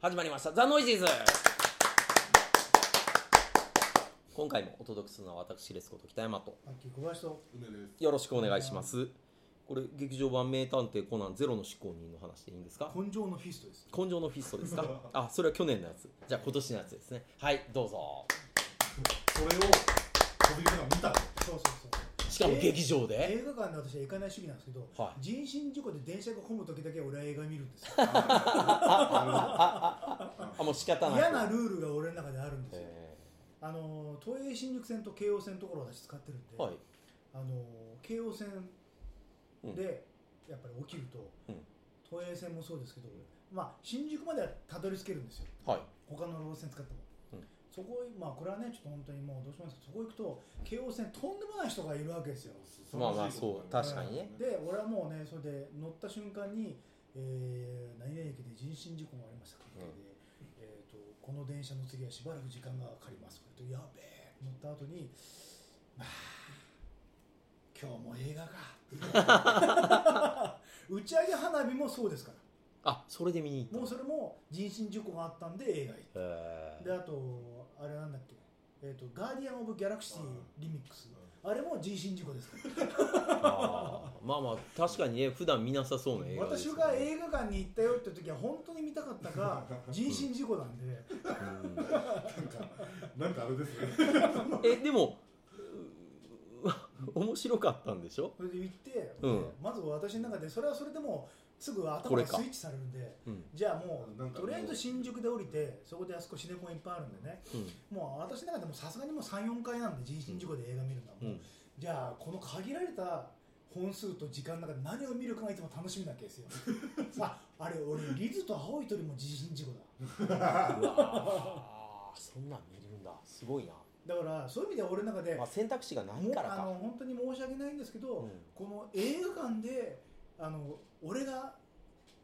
始まりました「ザ・ノイジーズ」今回もお届けするのは私レスこと北山とあき小林と梅です。よろしくお願いしますこれ劇場版「名探偵コナンゼロの執行人」の話でいいんですか根性のフィストです。根性のフィストです かあそれは去年のやつじゃあ今年のやつですねはいどうぞそれを飛び込みが見た。そうそうそうしかも劇場で映画館で私は行かない主義なんですけど、は人身事故で電車が混む時だけ俺は映画見るん ですよあもう仕方ない嫌なルールが俺の中であるんですよ、えあの東映新宿線と京王線のところを私使ってるんで、ーはいあの京王線でやっぱり起きると、うん東映線もそうですけど、まあ、新宿まではたどり着けるんですよはい他の路線使っても、うんそこまあこれはねちょっと本当にもうどうしようもないですけどそこ行くと京王線とんでもない人がいるわけですよまあまあそう確かにねで俺はもうねそれで乗った瞬間に、えー何々駅で人身事故がありました関係で、えー、とこの電車の次はしばらく時間がかかりますこれとやべえ乗った後にまあ今日も映画 か打ち上げ花火もそうですからあそれで見に行もっうそれも人身事故があったんで映画行ったへたであとあれなんだっけえー、とガーディアン・オブ・ギャラクシーリミックスあれも人身事故ですからあーまあまあ確かにね普段見なさそうな映画です私よねが映画館に行ったよって時は本当に見たかったか人身事故なんでうんなんかあれですね。えでもう 面白かったんでしょ、それで行って、うんまず私の中でそれはそれでもすぐ頭これがかスイッチされるんでうんじゃあもなうんかとりあえず新宿で降りてそこであそこシネコンいっぱいあるんでねもう私の中でもさすがにもう34回なんで人身事故で映画見るのはもうう、んじゃあこの限られた本数と時間の中で何を見るかがいつも楽しみなわけですよああれ俺リズと青い鳥も人身事故だうわーそんなん見るんだすごいな、だからそういう意味では俺の中で、まあ、選択肢がないもうからあのか本当に申し訳ないんですけど、うんこの映画館であの俺が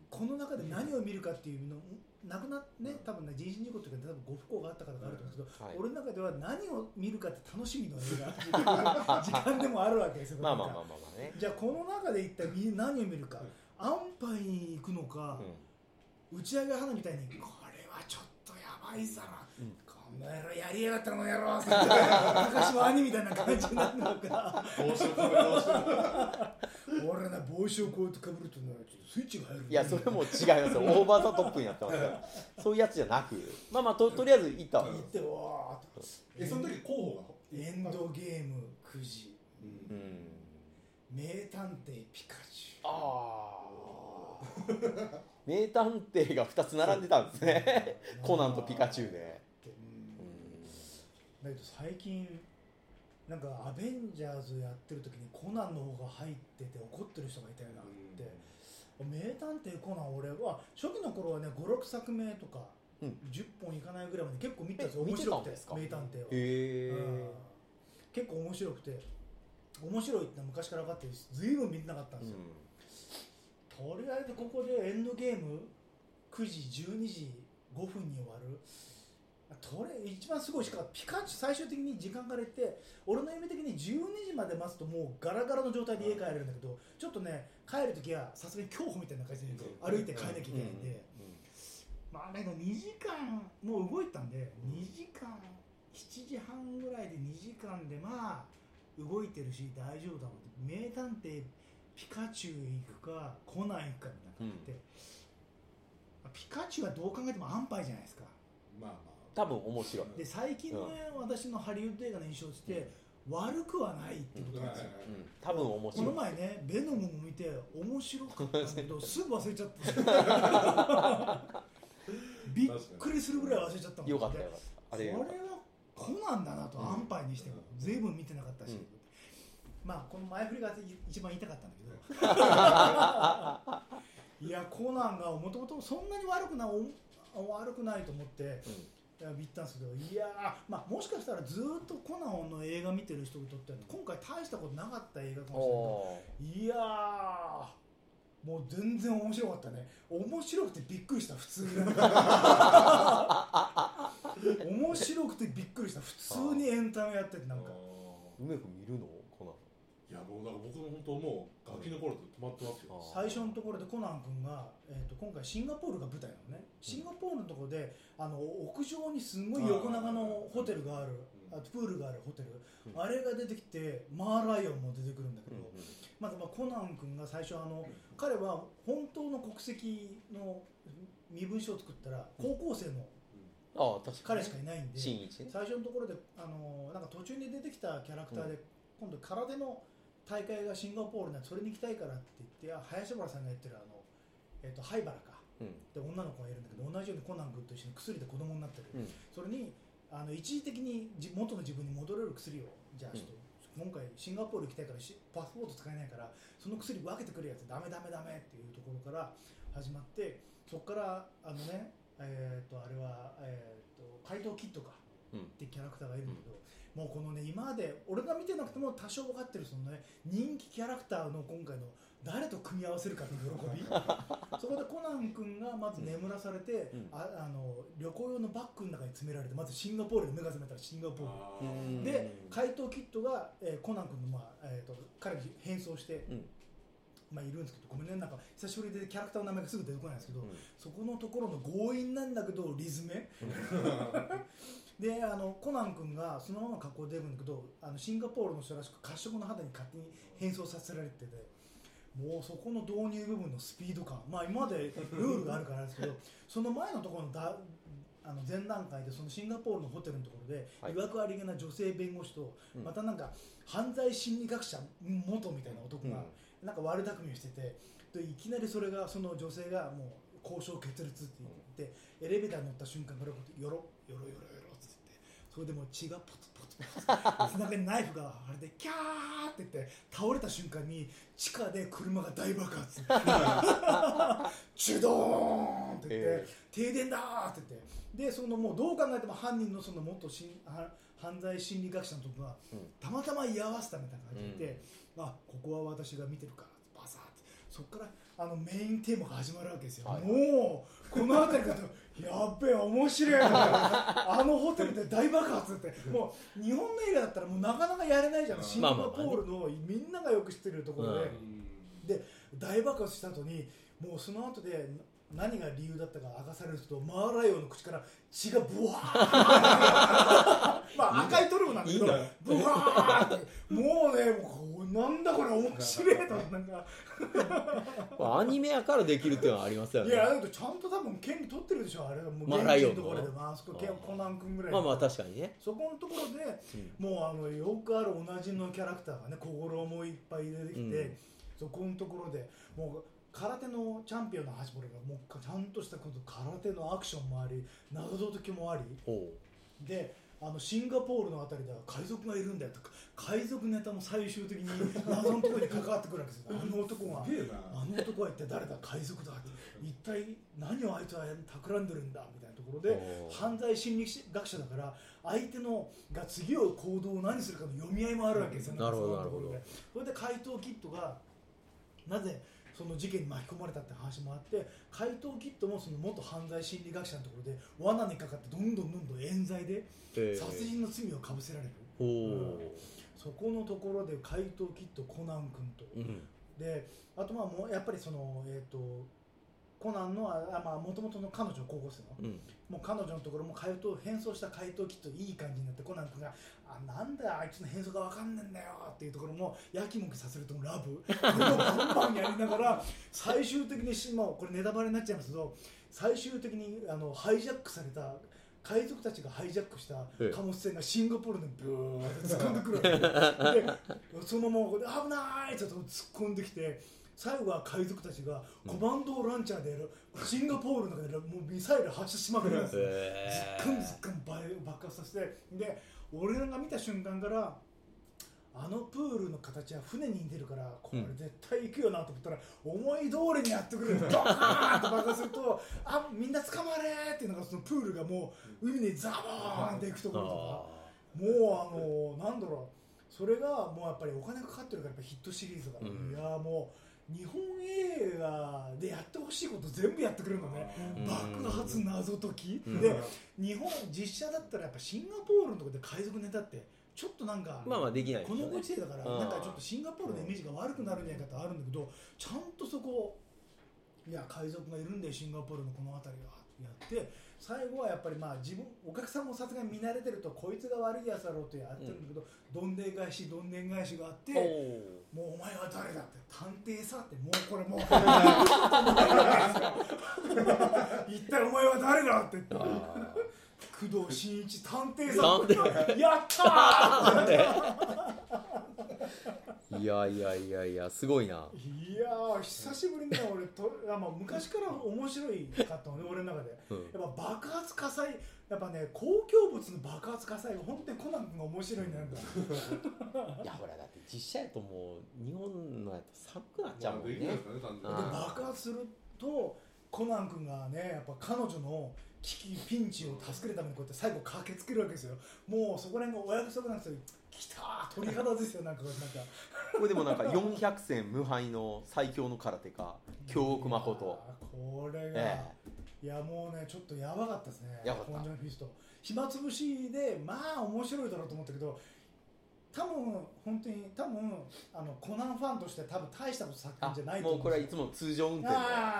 この中で何を見るかっていうの、なくなねうん多分ね人身事故というか多分ご不幸があったからだとあると思うんですけど、はい俺の中では何を見るかって楽しみの映 画時間でもあるわけですよまあまあまあまなあんかまあね、じゃあこの中で一体み何を見るかうん安牌に行くのか、う打ち上げ花みたいにこれはちょっとやばいさな、うんこの野郎やりやがったこの野郎昔の兄みたいな感じになるのか帽子をかぶり直して。俺な帽子をこうやってかぶるとねちょっとスイッチが入るん、いやそれも違いますよオーバーザトップになってますからそういうやつじゃなくまあまあととりあえず行ったわ行ってわーっえその時候補が。とエンドゲーム9時うんうん名探偵ピカチュウあー名探偵が2つ並んでたんですねコナンとピカチュウで、うんうんだけど最近なんかアベンジャーズやってる時にコナンの方が入ってて怒ってる人がいたよなって、名探偵コナン俺は初期の頃はね56作目とか、うん10本いかないぐらいまで結構見てたんですよえ面白見てたんくてですか名探偵は、へうんえ結構面白くて面白いってのは昔から分かってるしずいぶん見てなかったんですよ、とりあえずここでエンドゲーム9時12時5分に終わるとりあえず一番すごいしかピカチュウ最終的に時間がれて俺の夢的に12時まで待つともうガラガラの状態で家帰れるんだけどちょっとね帰る時はさすがに競歩みたいな感じでうん歩いて帰らなきゃいけないんで、うまあだけど2時間もう動いたんで、2時間7時半ぐらいで2時間でまあ動いてるし大丈夫だろうって名探偵ピカチュウ行くかコナン行くかみたいな感じで、ピカチュウはどう考えても安牌じゃないですかまあまあ。多分面白い、で最近の、ね私のハリウッド映画の印象として、悪くはないってことなんですよ、うん、多分面こ白いの前ね、ベノムも見て面白かったんだけ ど、すぐ忘れちゃった。 びっくりするぐらい忘れちゃったもんよかったよかったあこれれよはかったコナンだなと、うん安牌にしても、うんずいぶん見てなかったし、うんまあ、この前振りが一番言いたかったんだけ ど、いや、コナンがもともとそんなに悪くない、お悪くないと思って、いや見たんですけど、いやー、まあ、もしかしたらずーっとコナンの映画見てる人にとっては、今回、大したことなかった映画かうん、もしれないおけど。いやーもう全然面白かったね面白くてびっくりした普 通に面白くてびっくりした普通にエンタメやっててなんかあー梅く見るのこーいや僕もうだから僕も本当もうガキの頃と止まってますよ、最初のところでコナン君が、えー、と今回シンガポールが舞台なのねシンガポールのところであの屋上にすごい横長のホテルがあるうんあとプールがあるホテル、うんあれが出てきてマーライオンも出てくるんだけうんうんど、まずまあコナン君が最初あの彼は本当の国籍の身分証を作ったら高校生のああ確かに彼しかいないんで、新一ね最初のところであのなんか途中に出てきたキャラクターで、今度空手の大会がシンガポールなんでそれに行きたいからって言ってあ林原さんがやってるあの、えっと灰原かうんで女の子がいるんだけど同じようにコナン君と一緒に薬で子供になってる、うんそれにあの一時的にじ元の自分に戻れる薬をじゃあちょっと、今回シンガポール行きたいからしパスポート使えないからその薬分けてくれやつダメダメダメっていうところから始まってそこからあのねえっとあれは、えっと怪盗キッドかうんってキャラクターがいるんだけど、もうこのね今まで俺が見てなくても多少分かってるそのね人気キャラクターの今回の誰と組み合わせるかっていう喜 びそこでコナン君がまず眠らされて、うんああの旅行用のバッグの中に詰められてまずシンガポールで目が覚めたらシンガポールあうんーで怪盗キッドが、えーコナン君の、まあえー、と彼に変装して、うんまあ、いるんですけどごめんねなんか久しぶりでキャラクターの名前がすぐ出てこないんですけど、うんそこのところの強引なんだけどリズメであのコナン君がそのまま格好で出るんだけどあのシンガポールの人らしく褐色の肌に勝手に変装させられててもうそこの導入部分のスピード感まあ今までルールがあるからですけどその前のところのだあの前段階でそのシンガポールのホテルのところで、はいいわくありげな女性弁護士と、うんまたなんか犯罪心理学者元みたいな男が、なんか悪巧みをしててでいきなりそれがその女性がもう交渉決裂って言って、エレベーターに乗った瞬間からこうやってよろよろよろよろって言ってそれでもう血がポツポツポツ背中にナイフがあれでキャーって言って倒れた瞬間に地下で車が大爆発 チュドーンって言って、え停電だーって言ってでそのもうどう考えても犯人のその元しんは犯罪心理学者のとこが、うんたまたま居合わせたみたいな感じで、まあ、ここは私が見てるからバサーってそこからあのメインテーマが始まるわけですよ、はいもうこの辺りだとやっべえ面白いなあのホテルで大爆発ってもう日本の映画だったらもうなかなかやれないじゃんシンガポールのみんながよく知ってるところで、うんうんで大爆発した後にもうその後でな何が理由だったか明かされるとマーライオンの口から血がブワーまあ赤いトリュフなんだけどいいなブワーってもうねもうこうなんだこれ面白いとなんかまあアニメやからできるっていうのはありますよいねやだけどちゃんと多分権利取ってるでしょあれはもうマーライオンののところでまああそこあーコナン君ぐらいまあのまあ確かにね、そこのところでもうあのよくある同じのキャラクターがね心もいっぱい出てきて、うんそこのところでもう空手のチャンピオンの橋本がもうちゃんとしたこと空手のアクションもあり謎解きもありほであのシンガポールのあたりでは海賊がいるんだよとか海賊ネタも最終的に謎のところに関わってくるわけですよあの男がすげえあなの男は一体誰だ海賊だ一体何をあいつは企んでるんだみたいなところうでおー犯罪心理学者だから相手のが次を行動を何するかの読み合いもあるわけですよね。なるほどそのところなでるそれで怪盗キッドがなぜその事件に巻き込まれたって話もあって怪盗キッドもその元犯罪心理学者のところで罠にかかってどんどんどんどん冤罪でえー殺人の罪をかぶせられる、ほそこのところで怪盗キッドコナン君とううんであとまあもうやっぱりそのえっ、とコナンのああまあ元々の彼女高校生のうんもう彼女のところも回答変装した回答キットいい感じになってコナン君が「あなんだよあいつの変装がわかんねえんだよ」っていうところもやきもきさせるとラブこれをバンバンやりながら 最終的にしもうこれネタバレになっちゃいますけど最終的にあのハイジャックされた海賊たちがハイジャックしたええ貨物船がシンガポールにブーって突っ込んでくるわけですでそのままこれ危ない!」って言って突っ込んできて最後は海賊たちがコマンドランチャーでやるシンガポールの中でもうミサイル発射しまくるんですよずえっくんずっくんばい爆発させてで俺らが見た瞬間からあのプールの形は船に似てるからこれ絶対行くよなと思ったら、思い通りにやってくるドカーンと爆発するとあみんな捕まれーっていうのがそのプールがもう海にザボーンっていくところとかあ。もうあのなんだろうそれがもうやっぱりお金かかってるからやっぱヒットシリーズだから、うんいやーもう日本映画でやってほしいこと全部やってくれるのね、うん爆発謎解き、うんで日本実写だったらやっぱシンガポールのところで海賊ネタってちょっとなんか、まあまあできないですこよねのご時世だから、うんなんかちょっとシンガポールのイメージが悪くなるんじゃないかとあるんだけど、ちゃんとそこ、いや、海賊がいるんだよ、シンガポールのこの辺りはってやって、最後はやっぱりまあ自分、お客さんもさすがに見慣れてると、こいつが悪いやつだろうとやってるんだけど、どんでん返し、どんでん返しがあって、おもうお前は誰だって探偵さってもうこれもうこれ だ一体お前は誰だってーあ工藤新一探偵さーなんんやったーでなんでいやいやいやいやすごいないやー久しぶりにね俺とあ、まあ、昔から面白いかったのね俺の中でうんやっぱ爆発火災やっぱね公共物の爆発火災が本当にコナン君が面白いんだよなんかいやほらだって実写やともう日本のやと寒くなっちじゃゃうあもんでねきないですかね単あでー爆発するとコナン君がねやっぱ彼女の危機ピンチを助けるためにこうやって最後駆けつけるわけですよもうそこら辺がお約束なんですよ来たー鳥肌ですよなんかなんかこれでもなんか400戦無敗の最強の空手家京極誠これが、えいやもうねちょっとやばかったですねやばかったコンジョンフィスト暇つぶしでまあ面白いだろうと思ったけど多分本当に多分あのコナンファンとしては多分大したこと作え品じゃないともう思うんこですれよはいつも通常運転あ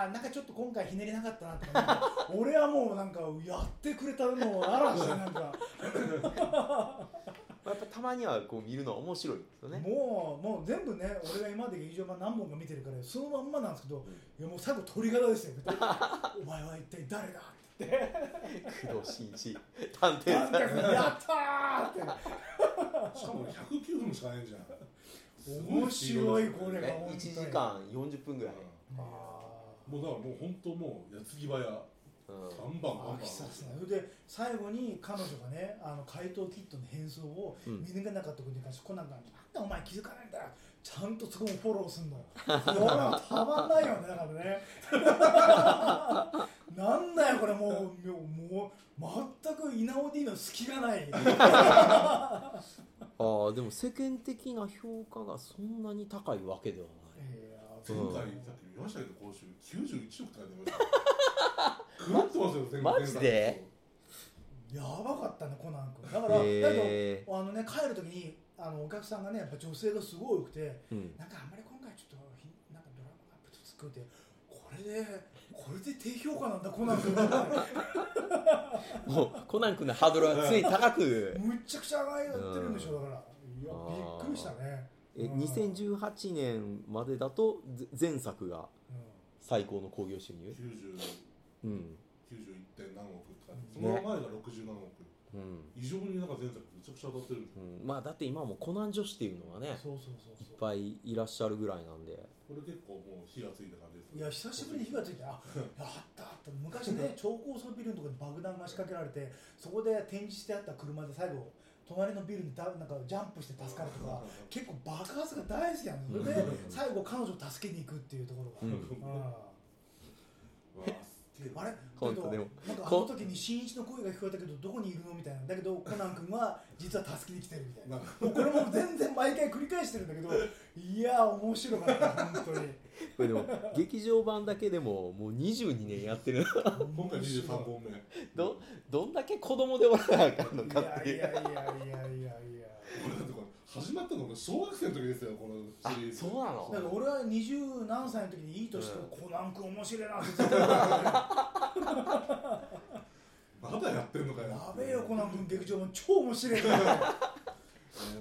ーなんかちょっと今回ひねりなかったなとかなんか 俺はもうなんかやってくれたのを嵐なんか、やっぱたまにはこう見るのは面白いですよねもうもう全部ね俺が今まで劇場版何本か見てるからそのまんまなんですけど、んいやもう最後鳥肌ですよ お前は一体誰だって工藤新一探偵言さってんなんかやったーってしかも109分しかないんじゃん面白いこれがね本当に1時間40分ぐらい、あもうだからもう本当もう矢継ぎ早うんバンバンバン飽きバさンせないで最後に彼女がねあの怪盗キットの変装をうん見抜けなかったことに関して、コナンが「なんでお前気づかないんだよ」ちゃんとそこもフォローすんのこれはたまんないよねだからねなんだよこれもうもうもう全く稲尾 D の隙がないああでも世間的な評価がそんなに高いわけではない前うん回だって見ましたけど今週91億って書いてました食ら ってますよ全部マジでやばかったねコナン君だからだけどへあのね帰る時にあのお客さんがねやっぱ女性がすごい多くてうんなんかあんまり今回ちょっとひなんかドラマがぶつくってこれでこれで低評価なんだコナン君もうコナン君のハードルはつい高くむっちゃくちゃ上がってるんでしょだからいやあーびっくりしたねえ2018年までだとぜ前作がう最高の興行収入90うん91点何億とかその前が60何億うん、異常になんか前作めちゃくちゃ当たってるんですうん、まあだって今はもうコナン女子っていうのがんねそうそうそういっそうぱいいらっしゃるぐらいなんでこれ結構もう火がついた感じですいや久しぶりに火がついてあやったあった 昔ね超高層ビルのところに爆弾が仕掛けられてそこで展示してあった車で最後隣のビルにダなんかジャンプして助かるとか結構爆発が大好きなんでそれでうん最後彼女を助けに行くっていうとこうろんが、うんわあすげえなあれ本け当どでもなんかあの時に新一の声が聞こえたけどどこにいるのみたいなだけどコナン君は実は助けに来てるみたいななんかもうこれも全然毎回繰り返してるんだけどいやー面白かった本当にこれでも劇場版だけでももう22年やってる今回23本目 どどんだけ子供でおらなあかんのいかっやていいうやいやいやいやいやこれだってこれ始まったのが小学生の時ですよこのシリーズあそうなのだから俺は二十何歳の時にいい年とコナン君面白いなってずっとまだやってんのかよやべえよコナン君劇場も超面白いから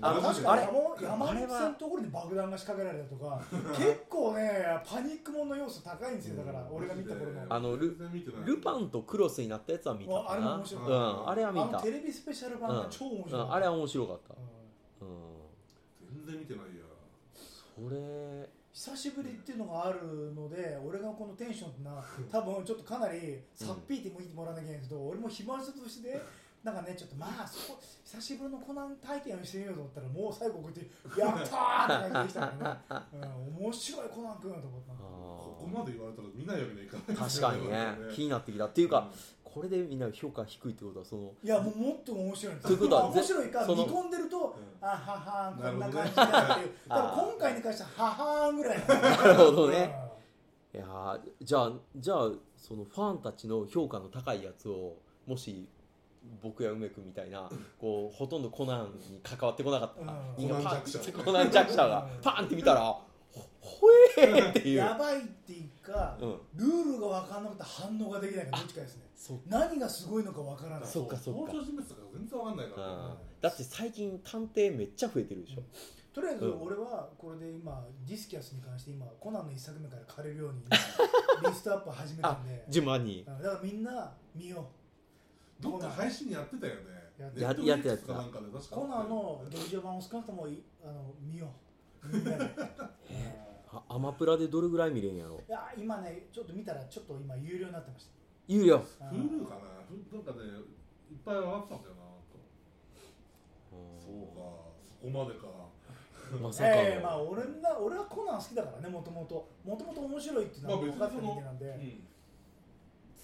あ確かにあの山あれ手は線のところに爆弾が仕掛けられたとか結構ねパニックもの要素高いんですよだから俺が見た頃の。あのルルパンとクロスになったやつは見たあかあれもな面白かうったん、あれは見あたのテレビスペシャル版が超面白うい、ん、あれは面白かっうんた、うん、全然見てないやそれ久しぶりっていうのがあるので俺がこのテンションってな多分ちょっとかなりさっぴいて向いてもらわなきゃいけないんですけど、俺も暇つぶしでなんかねちょっとまあそこ久しぶりのコナン体験をしてみようと思ったらもう最後こうやって「やったー!」って感じできたから ね、うん、面白いコナン君だと思ったあなここーまで言われたら見ないわけにはいかないです確よかにね気っになってきたっていうか、これでみんな評価低いってことはそのいやもうもっと面白いんですということは面白いかその見込んでるとう「あははーんこんな感じなるだ」 っていう多どね分今回に関しては「ははーん」ぐらいななるほどうねんいやーじゃあじゃあそのファンたちの評価の高いやつをもし僕や梅君みたいなこうほとんどコナンに関わってこなかったうん人がパンコナン弱者ってコナン弱者がうんパンって見たらほほえーっていう、やばいっていうか、うん、ルールが分かんなくて反応ができないからどっちかですねそう何がすごいのか分からないそっかそっか登場人物とか全然わかんないから、あーだって最近探偵めっちゃ増えてるでしょ、とりあえずうん俺はこれで今ディスキャスに関して今コナンの一作目から借りるよう に今リストアップ始めたんで順番にだからみんな見よどっか配信にやってたよねやっやってたやってたやってたなんかで確うかコナンの劇場版を少なくともいあの見ようみんなで あアマプラでどれぐらい見れんやろいや今ねちょっと見たらちょっと今有料になってまし有料たあフのルかなフルなんかねいっぱい上がってたんだよなとそうかそこまでかまさかの、ええまあ俺な俺はコナン好きだからねもともともともと面白いっていうのはまあ分別にかってる人間なんで、うん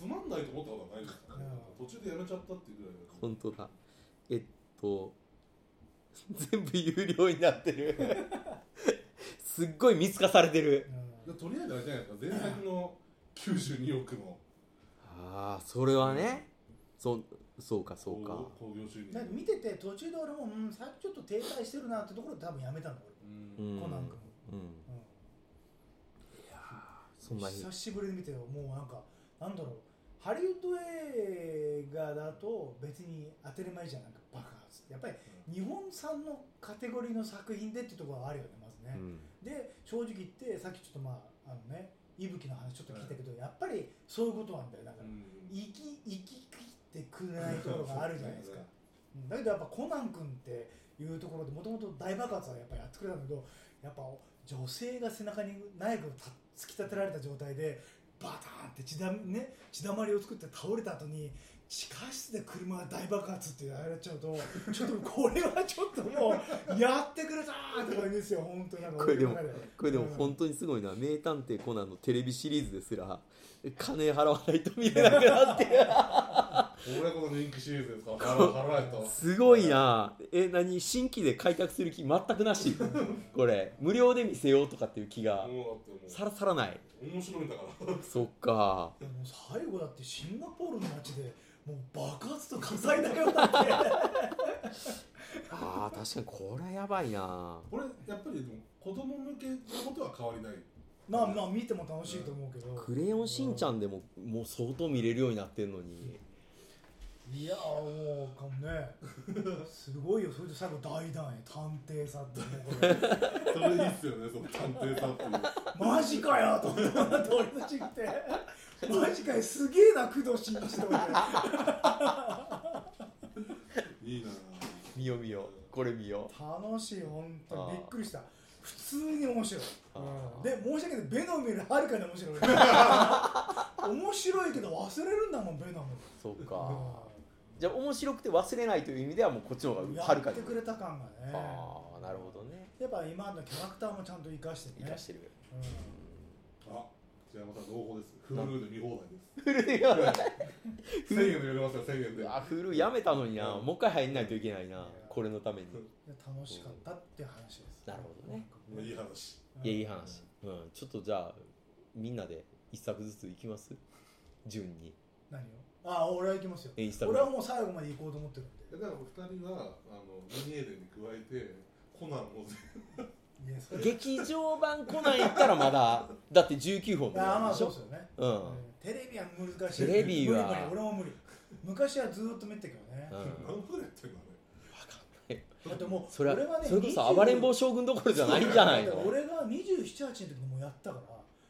つまんないと思ったことはないですからねう途中でやめちゃったっていうぐらいだから本当だえっと 全部有料になってる すっごい見透かされてるうんでとりあえずあれじゃないですか前作の92億のああそれはねそそうかそうか興興行収入だって見てて途中で俺も、うん、最近ちょっと停滞してるなってところで多分やめたの俺、ううんんコナン君、うんうんそんなに久しぶりに見てもうなんかなんだろうハリウッド映画だと別に当たり前じゃんなんか爆発やっぱり日本産のカテゴリーの作品でってところはあるよねまずうね、んで正直言ってさっきちょっとまああのねいぶきの話ちょっと聞いたけど、やっぱりそういうことなんだよだから、うん生き生き切ってくれないところがあるじゃないですかうんだけどやっぱコナン君っていうところでもともと大爆発はやっぱやってくれたんだけどやっぱ女性が背中にナイフをた突き立てられた状態でバターンって血だ,、ね、血だまりを作って倒れた後に地下室で車が大爆発ってやられちゃうとちょっとこれはちょっともうやってくれたーって感じですよ本当なんかこれでも俺の中これでもうん本当にすごいな「名探偵コナン」のテレビシリーズですら金払わないと見れなくなって俺はこの人気シリーズですから払払えとすごいなえ何新規で開拓する気全くなしこれ無料で見せようとかっていう気がもうだってさもらさらないう面白いんだからそっかでも最後だってシンガポールの街でもう爆発と火災だけだってあー確かにこれはやばいなこれやっぱりでも子供向けのことは変わりないまあまあ見ても楽しいと思うけど、 「クレヨンしんちゃん」でももう相当見れるようになってんのにいやもうかもねすごいよそれで最後大団円探偵さんってもうこれそれいいっすよねその探偵さんっていうマジかよと思って俺たちってマジかよすげえな工藤新一と思っていいなぁ見よ見よこれ見よ楽しい本当あにーびっくりした普通に面白い、あーで申し訳ないベノムよりはるかに面白い面白いけど忘れるんだもんベノムそっかじゃあ面白くて忘れないという意味ではもうこっちの方がはやるかっにてくれた感がねああなるほどねやっぱ今のキャラクターもちゃんと生かして生ねかしてるうんあじゃあまた朗報です Hulu で見放題で 古すいよな1000円でやれますよ1000円でうわフルやめたのになうんもう一回入んないといけないなこれのためにで楽しかったっていう話です。なるほどねもういい話うん。いやいい話うんちょっとじゃあみんなで一作ずついきます順に何を？あ、俺は行きますよ。え一作俺はもう最後まで行こうと思ってるんだからお二人はあのミニエルに加えてコナンを全で。いやそれ。劇場版コナンやったらまだだって19本あ、まなんあでしそうょですよね。ううんんテレビは難しテい。レビは無理無理俺も無理。昔はずーっと見てたけどねう。ん部何分やってんのあれだってもうそれは俺はねそれこそ20暴れん坊将軍どころじゃないんじゃないだからの俺が二十七八の時にもうやったから、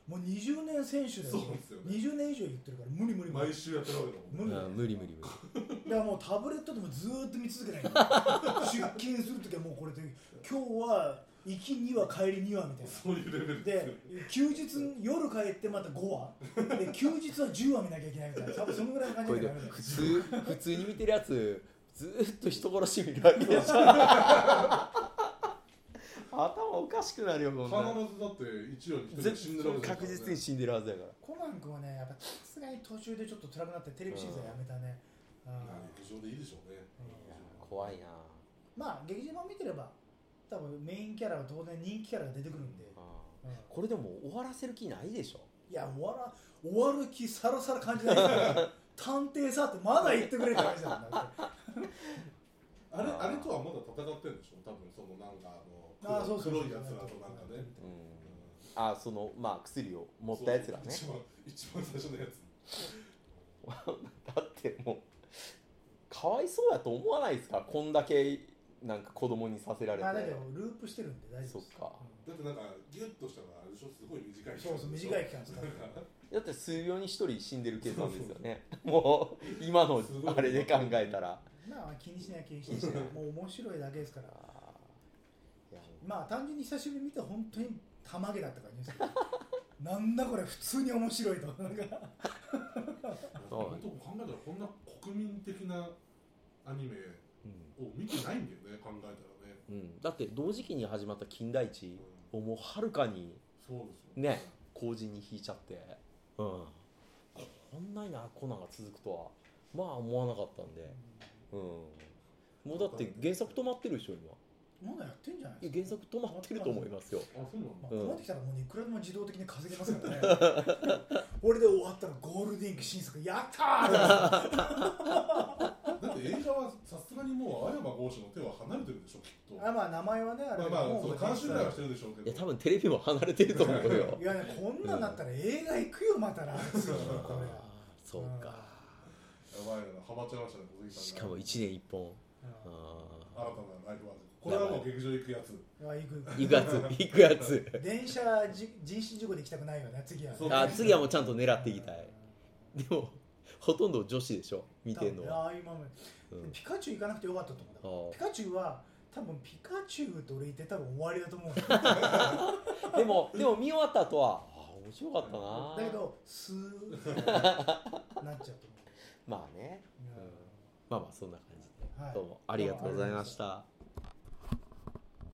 もう二十年選手だよそうですよ。ね二十年以上言ってるから無理無理無毎理。週やってるわけだもう無理んだよん無理無理無理だからもうタブレットでもずーっと見続けないんだよ出勤する時はもうこれで今日は行き2話帰り2話みたいなそういうレベルですよで休日夜帰ってまた5話で休日は10話見なきゃいけないみたいな多分そのぐらいの感じこれででダメだよ普通普通に見てるやつずーっと人殺し見るわけでしょ頭おかしくなるよこん必なのずだって一応に一人死んでるわ絶けだから確ね実に死んでるはずやからコナン君はねやっぱさすがに途中でちょっと辛くなってテレビシリーズはやめたね、うんまあ陸上でいいでしょうね怖いなまあ劇場版見てれば多分メインキャラは当然人気キャラが出てくるんで、うんこれでも終わらせる気ないでしょいや終わら終わる気さらさら感じないですから探偵さってまだ言ってくれって話だもんだってああれーあれとはまだ戦ってるんでしょ多分そのなんかああーのそうそうそう黒いやつらとなんかう、ね、うんんあそのまあ薬を持ったやつらねそう一番一番最初のやつだってもうかわいそうやと思わないですかこんだけなんか子供にさせられてあだけどループしてるんで大丈夫ですそっかだってなんかギュッとしたらあれでしょすごい短いうん期そ間うでしそょう短い期間使ってなんかだって数秒に一人死んでる計算ですよね もう今のすごいあれで考えたらまあ気にしない気にし ないもう面白いだけですからあーいやまあ単純に久しぶりに見て本当にたまげだった感じですけどなんだこれ普通に面白いとなんかそう本当考えたらこんな国民的なアニメを見てないんだよね考えたらね、うんうん、だって同時期に始まった金田一うんをもうはるかにそうですよね後陣に引いちゃって、うん、こんなになコナンが続くとはまあ思わなかったんで、うん、もうだって原作止まってるでしょ今まだやってんじゃないいやで原すか作止まってると思いますよあそうなんまだあ、困ってきたらもうねいくらでも自動的に稼げますからね 俺で終わったらゴールデンウィーク新作やったーだって映画はさすがにもう青山剛志の手は離れてるでしょきっとあまあ名前はねあれまあまあその監修会はしてるでしょういけやど多分テレビも離れてると思う よいやねこんなんなったら映画行くよまたら次これあーそうかやばいなハマっちゃいましたね小杉さんがしかも1年1本うん新あたなライフワークこれはもう劇場行くやつあ行くー行くやつ行くやつ電車じ人身事故で行きたくないよね次はねそうあー次はもうちゃんと狙っていきたいでもほとんど女子でしょ見てんのは、ああ今までうんピカチュウ行かなくてよかったと思あーうんだピカチュウは多分ピカチュウと俺言って多分終わりだと思うんだよでもでも見終わった後はあー面白かったなだけどスーッとなっちゃうと思まあねう、まあまあそんな感じで、はいどうもありがとうございました